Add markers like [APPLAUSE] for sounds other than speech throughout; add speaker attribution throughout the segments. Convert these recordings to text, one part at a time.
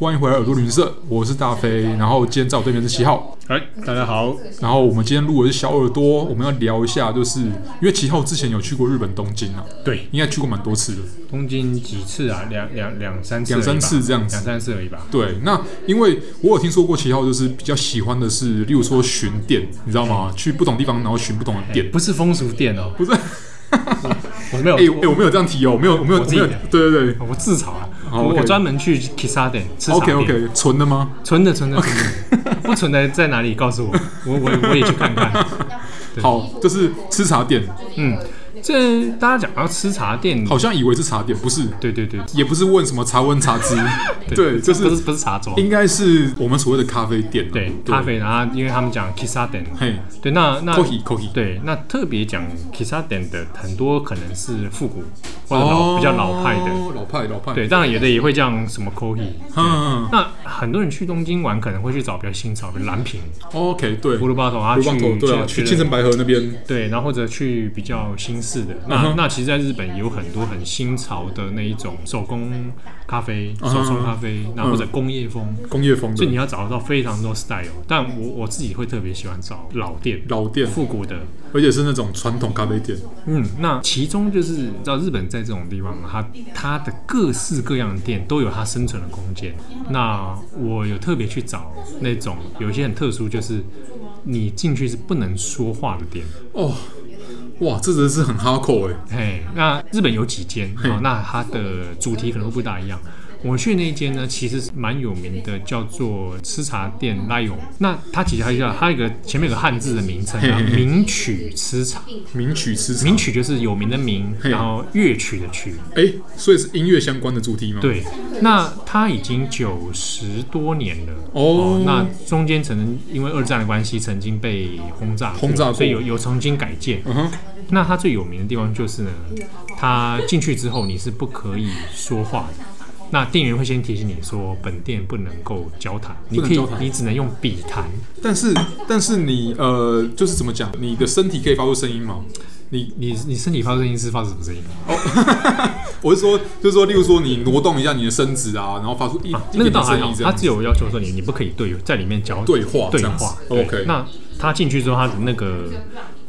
Speaker 1: 欢迎回来耳朵旅行社，我是大飞，然后今天在我对面是七号，
Speaker 2: 哎，大家好，
Speaker 1: 然后我们今天录的是小耳朵，我们要聊一下，就是因为七号之前有去过日本东京啊，
Speaker 2: 对，
Speaker 1: 应该去过蛮多次的，
Speaker 2: 东京几次啊？两两两三次而
Speaker 1: 两
Speaker 2: 已吧，
Speaker 1: 三次这样
Speaker 2: 两
Speaker 1: 子。
Speaker 2: 三次而已吧。
Speaker 1: 对，那因为我有听说过七号，就是比较喜欢的是，例如说巡店，你知道吗？去不同地方，然后巡不同的店。
Speaker 2: 不是风俗店哦，
Speaker 1: 不是， [LAUGHS]
Speaker 2: 我没有，
Speaker 1: 哎、我哎、我没有这样提哦，我没有，我没有，我
Speaker 2: 我自
Speaker 1: 没
Speaker 2: 己
Speaker 1: 有
Speaker 2: 的，
Speaker 1: 对对对
Speaker 2: 我我自嘲啊，
Speaker 1: 好
Speaker 2: 我
Speaker 1: 哦 OK
Speaker 2: 我专门去 Kissa 店吃茶
Speaker 1: ，OK
Speaker 2: 店
Speaker 1: OK，纯的吗？
Speaker 2: 存的存的存的， [LAUGHS] 不存的在哪里？告诉我，我我我也去看看。
Speaker 1: [LAUGHS] 好，就是吃茶店，
Speaker 2: 嗯，这大家讲到吃茶店，
Speaker 1: 好像以为是茶店，不是，
Speaker 2: 对对对，
Speaker 1: 也不是问什么茶温茶汁，对，就
Speaker 2: 不是
Speaker 1: 是
Speaker 2: 不是茶庄，
Speaker 1: 应该是我们所谓的咖啡店啊，
Speaker 2: 对咖，啡，然后因为他们讲 Kissa 店，
Speaker 1: 嘿
Speaker 2: 对，那那
Speaker 1: ，coffee coffee，
Speaker 2: 对，那特别讲 Kissa 店的很多可能是复古或者老、比较老派的，
Speaker 1: 哦老派老派，
Speaker 2: 对，，当然有的也会讲什么 c o h i
Speaker 1: 嗯
Speaker 2: 那很多人去东京玩，可能会去找比较新潮，比如蓝瓶、
Speaker 1: ，OK，对，
Speaker 2: 葫芦巴头啊，
Speaker 1: 棒头，
Speaker 2: 去
Speaker 1: 对啊，去
Speaker 2: 去
Speaker 1: 千层白河那边，
Speaker 2: 对，然后或者去比较新式的。
Speaker 1: 嗯
Speaker 2: 那、
Speaker 1: 哼
Speaker 2: 那其实，在日本也有很多很新潮的那一种手工咖啡、
Speaker 1: 嗯
Speaker 2: 手冲咖啡，那、或者工业风。
Speaker 1: 工业风
Speaker 2: 所以你
Speaker 1: 的
Speaker 2: 要找到非常多 style，但我我自己会特别喜欢找老店、
Speaker 1: 老店，
Speaker 2: 复古的，
Speaker 1: 而且是那种传统咖啡店，
Speaker 2: 嗯，那其中就是你知道日本在这种地方，它它的各式各样的店都有它生存的空间。那我有特别去找那种有一些很特殊，就是你进去是不能说话的店。
Speaker 1: 哦，哇，这真的是很哈口哎，
Speaker 2: 嘿，那日本有几间哦，那它的主题可能会不大一样。我去那一间呢，其实是蛮有名的，叫做吃茶店 Lion。那它其实还叫它有一个前面有个汉字的名称啊，
Speaker 1: 嘿嘿嘿
Speaker 2: 名曲吃茶。
Speaker 1: 名曲吃茶
Speaker 2: 名，曲就是有名的名，然后乐曲的曲。
Speaker 1: 哎，所以是音乐相关的主题吗？，
Speaker 2: 对，那他已经九十多年了
Speaker 1: 哦
Speaker 2: 那中间曾经因为二战的关系，曾经被轰炸过，
Speaker 1: 轰炸过
Speaker 2: 所以有有曾经改建。
Speaker 1: 嗯哼，
Speaker 2: 那它最有名的地方就是呢，它进去之后你是不可以说话的。那店员会先提醒你说，本店不能够交谈，你
Speaker 1: 能
Speaker 2: 可以
Speaker 1: 交，谈
Speaker 2: 你只能用笔谈。
Speaker 1: 但是但是你呃，就是怎么讲，你的身体可以发出声音吗？你
Speaker 2: 你你身体发出声音是发出什么声音？
Speaker 1: 我是说，就是说，例如说你挪动一下你的身子啊，然后发出一、
Speaker 2: 啊
Speaker 1: 一
Speaker 2: 那个
Speaker 1: 点
Speaker 2: 倒
Speaker 1: 点
Speaker 2: 还
Speaker 1: 声
Speaker 2: 好
Speaker 1: 音，这
Speaker 2: 他
Speaker 1: 样
Speaker 2: 只
Speaker 1: 子。
Speaker 2: 有要求说你你不可以对在里面交
Speaker 1: 对话
Speaker 2: 对
Speaker 1: 这样子
Speaker 2: 话。对
Speaker 1: OK
Speaker 2: 那他进去之后，他的那个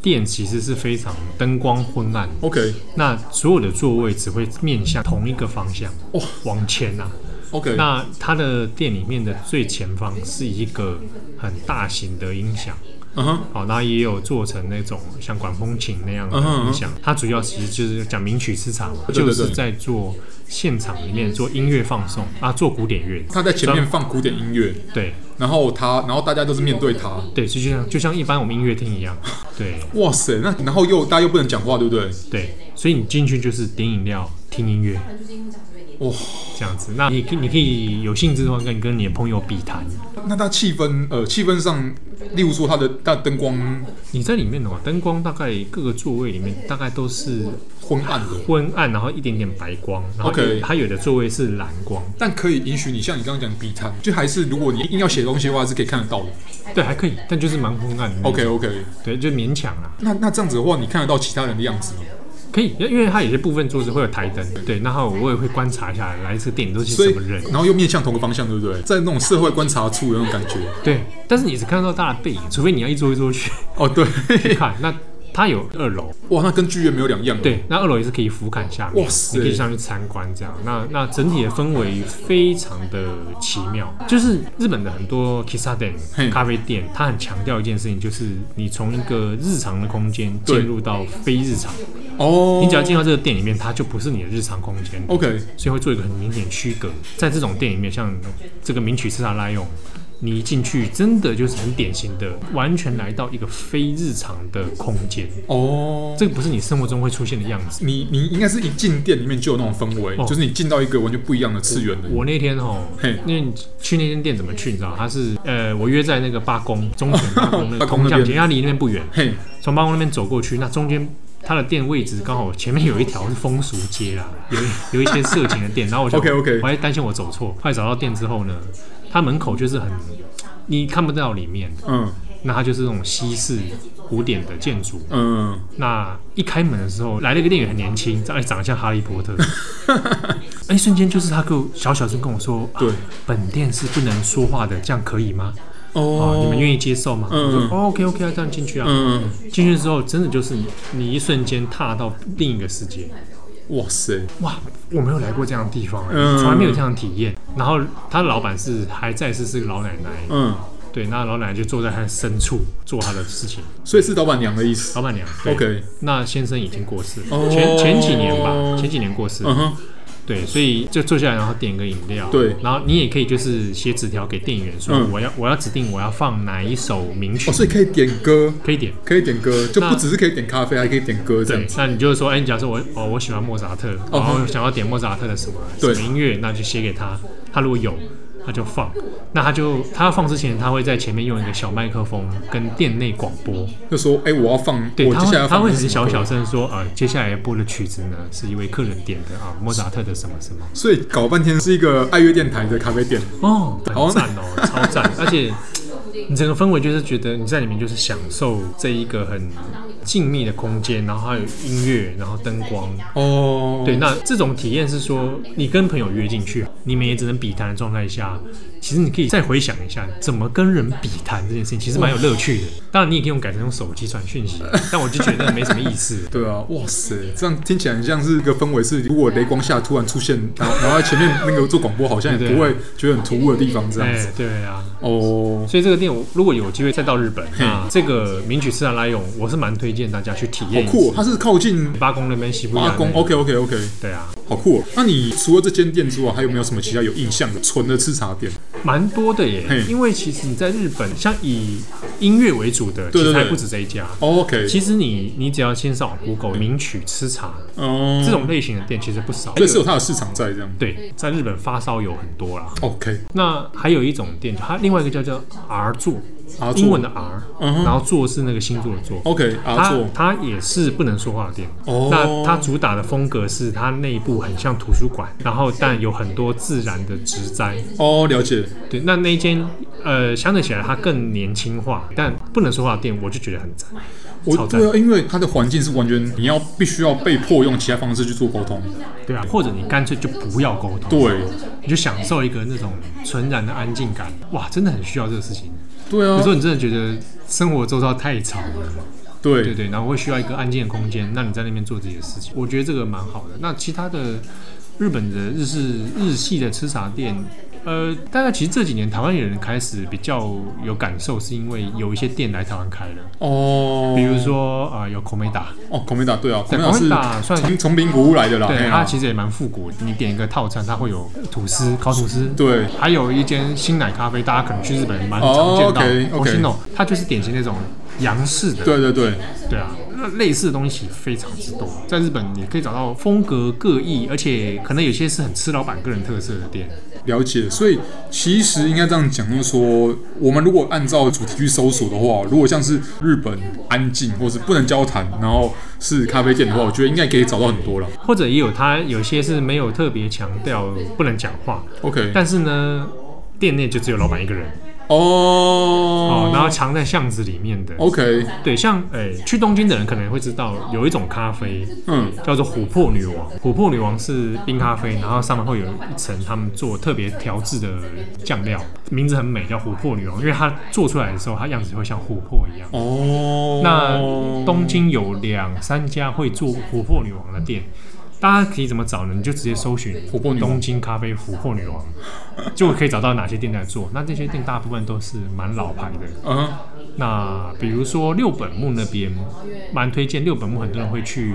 Speaker 2: 店其实是非常灯光昏暗。
Speaker 1: OK
Speaker 2: 那所有的座位只会面向同一个方向，
Speaker 1: 哦
Speaker 2: 往前呐、啊。
Speaker 1: OK，
Speaker 2: 那他的店里面的最前方是一个很大型的音响，
Speaker 1: 嗯哼，
Speaker 2: 好，那也有做成那种像管风琴那样的
Speaker 1: 嗯哼
Speaker 2: 音响，它主要其实就是讲名曲市场嘛，
Speaker 1: 对对
Speaker 2: 就
Speaker 1: 对
Speaker 2: 是在做现场里面做音乐放送啊，做古典乐。
Speaker 1: 他在前面放古典音乐，
Speaker 2: 对
Speaker 1: 然后他，然后大家都是面对他。
Speaker 2: 对，就就像就像一般我们音乐厅一样，对
Speaker 1: 哇塞，那然后又大家又不能讲话，对不对？
Speaker 2: 对，所以你进去就是点饮料、听音乐
Speaker 1: 哇，
Speaker 2: 这样子。那你可以你可以有兴致的话，跟跟你的朋友比谈。
Speaker 1: 那他气氛呃气氛上，例如说他的他的灯光
Speaker 2: 你在里面的话，灯光大概各个座位里面大概都是
Speaker 1: 昏暗的，
Speaker 2: 昏暗，然后一点点白光，然后
Speaker 1: OK
Speaker 2: 有它有的座位是蓝光，
Speaker 1: 但可以允许你像你刚刚讲笔谈，就还是如果你硬要写东西的话，是可以看得到的。
Speaker 2: 对，还可以，但就是蛮昏暗的那种。
Speaker 1: OK OK，
Speaker 2: 对，就勉强啦，
Speaker 1: 那那这样子的话，你看得到其他人的样子吗？
Speaker 2: 可以，因为它有些部分桌子会有台灯，对，然后我也会观察一下来这个店里都是
Speaker 1: 所
Speaker 2: 什
Speaker 1: 以
Speaker 2: 么人，，
Speaker 1: 然后又面向同个方向，对不对？在那种社会观察处的那种感觉。
Speaker 2: 对，但是你只看得到大家的背影，除非你要一桌一桌去
Speaker 1: 哦，对， [LAUGHS]
Speaker 2: 去看。那它有二楼，
Speaker 1: 哇，那跟剧院没有两样。，啊
Speaker 2: 对，那二楼也是可以俯瞰下面，
Speaker 1: 哇塞
Speaker 2: 你可以上去参观这样。那那整体的氛围非常的奇妙，就是日本的很多 kissa 店
Speaker 1: 嘿
Speaker 2: 咖啡店，它很强调一件事情，就是你从一个日常的空间
Speaker 1: 对
Speaker 2: 进入到非日常，
Speaker 1: 哦，
Speaker 2: 你只要进到这个店里面，它就不是你的日常空间。
Speaker 1: OK，
Speaker 2: 所以会做一个很明显的区隔。在这种店里面，像这个名曲斯塔拉用，你一进去真的就是很典型的，完全来到一个非日常的空间，
Speaker 1: 哦，
Speaker 2: 这个不是你生活中会出现的样子。
Speaker 1: 你你应该是一进店里面就有那种氛围，
Speaker 2: 哦
Speaker 1: 就是你进到一个完全不一样的次元的。
Speaker 2: 我那天哦
Speaker 1: 嘿，
Speaker 2: 因为你去那间店怎么去？你知道，它是呃，我约在那个八公中泉八
Speaker 1: [LAUGHS]
Speaker 2: 公那
Speaker 1: 八
Speaker 2: 个
Speaker 1: 公
Speaker 2: 铜
Speaker 1: 那
Speaker 2: 像
Speaker 1: 边
Speaker 2: 街，它离那边不远，
Speaker 1: 嘿，
Speaker 2: 从八公那边走过去，那中间。它的店位置刚好前面有一条是风俗街啦，有一有一些色情的店，然后我
Speaker 1: [LAUGHS]
Speaker 2: 就
Speaker 1: OK，OK
Speaker 2: 我还担心我走错，后来找到店之后呢，它门口就是很你看不到里面，
Speaker 1: 嗯
Speaker 2: 那它就是那种西式古典的建筑。
Speaker 1: 嗯， [LAUGHS]
Speaker 2: 那一开门的时候，来了一个店员很年轻，长哎长得像哈利波特，哎，瞬间就是他跟我小小声跟我说，啊
Speaker 1: 对，
Speaker 2: 本店是不能说话的，这样可以吗？哦，你们愿意接受吗？
Speaker 1: 嗯
Speaker 2: 我说、哦、OK OK 啊，这样进去啊。
Speaker 1: 嗯，
Speaker 2: 进去之后，真的就是你，你一瞬间踏到另一个世界。
Speaker 1: 哇塞，
Speaker 2: 哇，我没有来过这样的地方、欸，
Speaker 1: 嗯
Speaker 2: 从来没有这样的体验。然后他的老板是还在世，是个老奶奶，
Speaker 1: 嗯，
Speaker 2: 对，那老奶奶就坐在他的深处做她的事情，
Speaker 1: 所以是老板娘的意思
Speaker 2: 老。板娘。对
Speaker 1: OK，
Speaker 2: 那先生已经过世了，
Speaker 1: 哦
Speaker 2: 前前几年吧，前几年过世，
Speaker 1: 嗯哼，
Speaker 2: 对，所以就坐下来，然后点个饮料，
Speaker 1: 对
Speaker 2: 然后你也可以就是写纸条给店员说，
Speaker 1: 嗯
Speaker 2: 我要我要指定我要放哪一首名曲，
Speaker 1: 哦，所以可以点歌，
Speaker 2: 可以点。
Speaker 1: 可以点歌，就不
Speaker 2: 那
Speaker 1: 只是可以点咖啡，还可以点歌这
Speaker 2: 对
Speaker 1: 样，子。
Speaker 2: 那你就是说，哎、你假设我哦，我喜欢莫扎特，然后想要点莫扎特的什么什
Speaker 1: 哦对
Speaker 2: 么音乐，那就写给他，他如果有，他就放。那他就他放之前，他会在前面用一个小麦克风跟店内广播，
Speaker 1: 就说，哎，我要放，
Speaker 2: 对，
Speaker 1: 我
Speaker 2: 他
Speaker 1: 接下来
Speaker 2: 会
Speaker 1: 要
Speaker 2: 他
Speaker 1: 放
Speaker 2: 会
Speaker 1: 的是
Speaker 2: 很
Speaker 1: 什么
Speaker 2: 小
Speaker 1: 歌
Speaker 2: 小。声地说，呃，接下来播的曲子呢是一位客人点的啊，莫扎特的什么什么。
Speaker 1: 所以搞半天是一个爱乐电台的咖啡店。
Speaker 2: 哦，
Speaker 1: 好
Speaker 2: 很赞哦，超赞！ [LAUGHS] 而且你整个氛围就是觉得你在里面就是享受这一个很静谧的空间，然后还有音乐，然后灯光。
Speaker 1: 哦，
Speaker 2: 对，那这种体验是说，你跟朋友约进去，你们也只能比谈的状态下，其实你可以再回想一下，怎么跟人比谈这件事情，其实蛮有乐趣的。当然，你也可以用改成用手机传讯息，但我就觉得没什么意
Speaker 1: [LAUGHS]
Speaker 2: 思。
Speaker 1: 对啊，哇塞，这样听起来很像是一个氛围是，如果雷光下突然出现，然后然后在前面那个做广播，好像也
Speaker 2: 对对
Speaker 1: 不会觉得很突兀的地方这样
Speaker 2: 哎
Speaker 1: 子。，
Speaker 2: 对啊。
Speaker 1: 哦，
Speaker 2: 所以这个店，我如果有机会再到日本，
Speaker 1: 嗯
Speaker 2: 那这个名曲自然来用，我是蛮推荐大家去体验一
Speaker 1: 好
Speaker 2: 次。
Speaker 1: 酷、哦，它是靠近
Speaker 2: 八公那边西部亚
Speaker 1: 八
Speaker 2: 那
Speaker 1: 公
Speaker 2: 边
Speaker 1: ，OK OK OK，
Speaker 2: 啊对啊，
Speaker 1: 好酷、哦。那你除了这间店之外，还有没有什么其他有印象的纯的吃茶店？
Speaker 2: 蛮多的耶
Speaker 1: 嘿。
Speaker 2: 因为其实你在日本，像以音乐为主的，
Speaker 1: 对
Speaker 2: 其
Speaker 1: 对
Speaker 2: 实还
Speaker 1: 对
Speaker 2: 不止这一家。
Speaker 1: 哦 OK，
Speaker 2: 其实你你只要先上网 Google 名曲吃茶
Speaker 1: 哦，
Speaker 2: 这种类型的店其实不少，
Speaker 1: 所以是有它的市场在这样。
Speaker 2: 对，在日本发烧友很多啦。
Speaker 1: OK，
Speaker 2: 那还有一种店，它另外一个叫叫 R 座
Speaker 1: R 座
Speaker 2: 英文的 R，、
Speaker 1: 嗯哼
Speaker 2: 然后座是那个星座的座。
Speaker 1: OK，阿
Speaker 2: 它
Speaker 1: 座，
Speaker 2: 它也是不能说话的店。
Speaker 1: 哦
Speaker 2: 那它主打的风格是它内部很像图书馆，然后但有很多自然的植栽。
Speaker 1: 哦，了解，
Speaker 2: 对，那那一间呃，相对起来它更年轻化，但不能说话的店，我就觉得很赞。
Speaker 1: 我
Speaker 2: 超赞
Speaker 1: 对啊，因为它的环境是完全你要必须要被迫用其他方式去做沟通，
Speaker 2: 对啊，或者你干脆就不要沟通，
Speaker 1: 对，
Speaker 2: 你就享受一个那种纯然的安静感。哇，真的很需要这个事情。
Speaker 1: 对
Speaker 2: 有
Speaker 1: 啊
Speaker 2: 时，候你真的觉得生活周遭太吵了，对
Speaker 1: 对，
Speaker 2: 对，然后会需要一个安静的空间，让你在那边做自己的事情。我觉得这个蛮好的。那其他的日本的日式日系的吃茶店，呃，大概其实这几年台湾人开始比较有感受，是因为有一些店来台湾开了，
Speaker 1: 哦，
Speaker 2: 比如说啊、呃有 Komeda，
Speaker 1: 哦，孔明达对啊，孔
Speaker 2: 对
Speaker 1: 明达是
Speaker 2: Komeda 算
Speaker 1: 从从名古屋来的啦，嘿
Speaker 2: 对，
Speaker 1: 啊
Speaker 2: 它其实也蛮复古。你点一个套餐，它会有吐司、烤吐司，
Speaker 1: 对
Speaker 2: 还有一间新奶咖啡，大家可能去日本蛮常见到。
Speaker 1: 哦，OK，OK
Speaker 2: 我是那种它就是典型那种洋式的，
Speaker 1: 对对对，
Speaker 2: 对啊，那类似的东西非常之多，在日本也可以找到风格各异，而且可能有些是很吃老板个人特色的店。
Speaker 1: 了解。所以其实应该这样讲，就是说，我们如果按照主题去搜索的话，如果像是日本安静或是不能交谈，然后是咖啡店的话，我觉得应该可以找到很多了。
Speaker 2: 或者也有它有些是没有特别强调不能讲话，
Speaker 1: OK，
Speaker 2: 但是呢，店内就只有老板一个人哦
Speaker 1: 哦，，
Speaker 2: 然后藏在巷子里面的。
Speaker 1: OK，
Speaker 2: 对，像诶、去东京的人可能会知道有一种咖啡，
Speaker 1: 嗯，
Speaker 2: 叫做琥珀女王。琥珀女王是冰咖啡，然后上面会有一层他们做特别调制的酱料，名字很美，叫琥珀女王，因为它做出来的时候，它样子会像琥珀一样。
Speaker 1: 哦，
Speaker 2: 那东京有两三家会做琥珀女王的店，大家可以怎么找呢？你就直接搜寻琥
Speaker 1: 珀女王
Speaker 2: 东京咖啡琥珀女王，就可以找到哪些店在做。那这些店大部分都是蛮老牌的，
Speaker 1: 嗯
Speaker 2: 那比如说六本木那边，蛮推荐六本木，很多人会去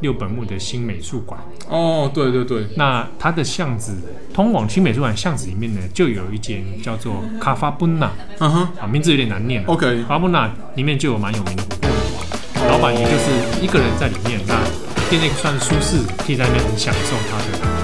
Speaker 2: 六本木的新美术馆。
Speaker 1: 哦，对对对，
Speaker 2: 那它的巷子通往新美术馆巷子里面呢，就有一间叫做卡发布纳
Speaker 1: 嗯哼
Speaker 2: 啊，名字有点难念啊。
Speaker 1: ，OK，
Speaker 2: 卡布纳里面就有蛮有名的琥珀女王，老板也就是一个人在里面，那店内算舒适，可以在那边很享受它的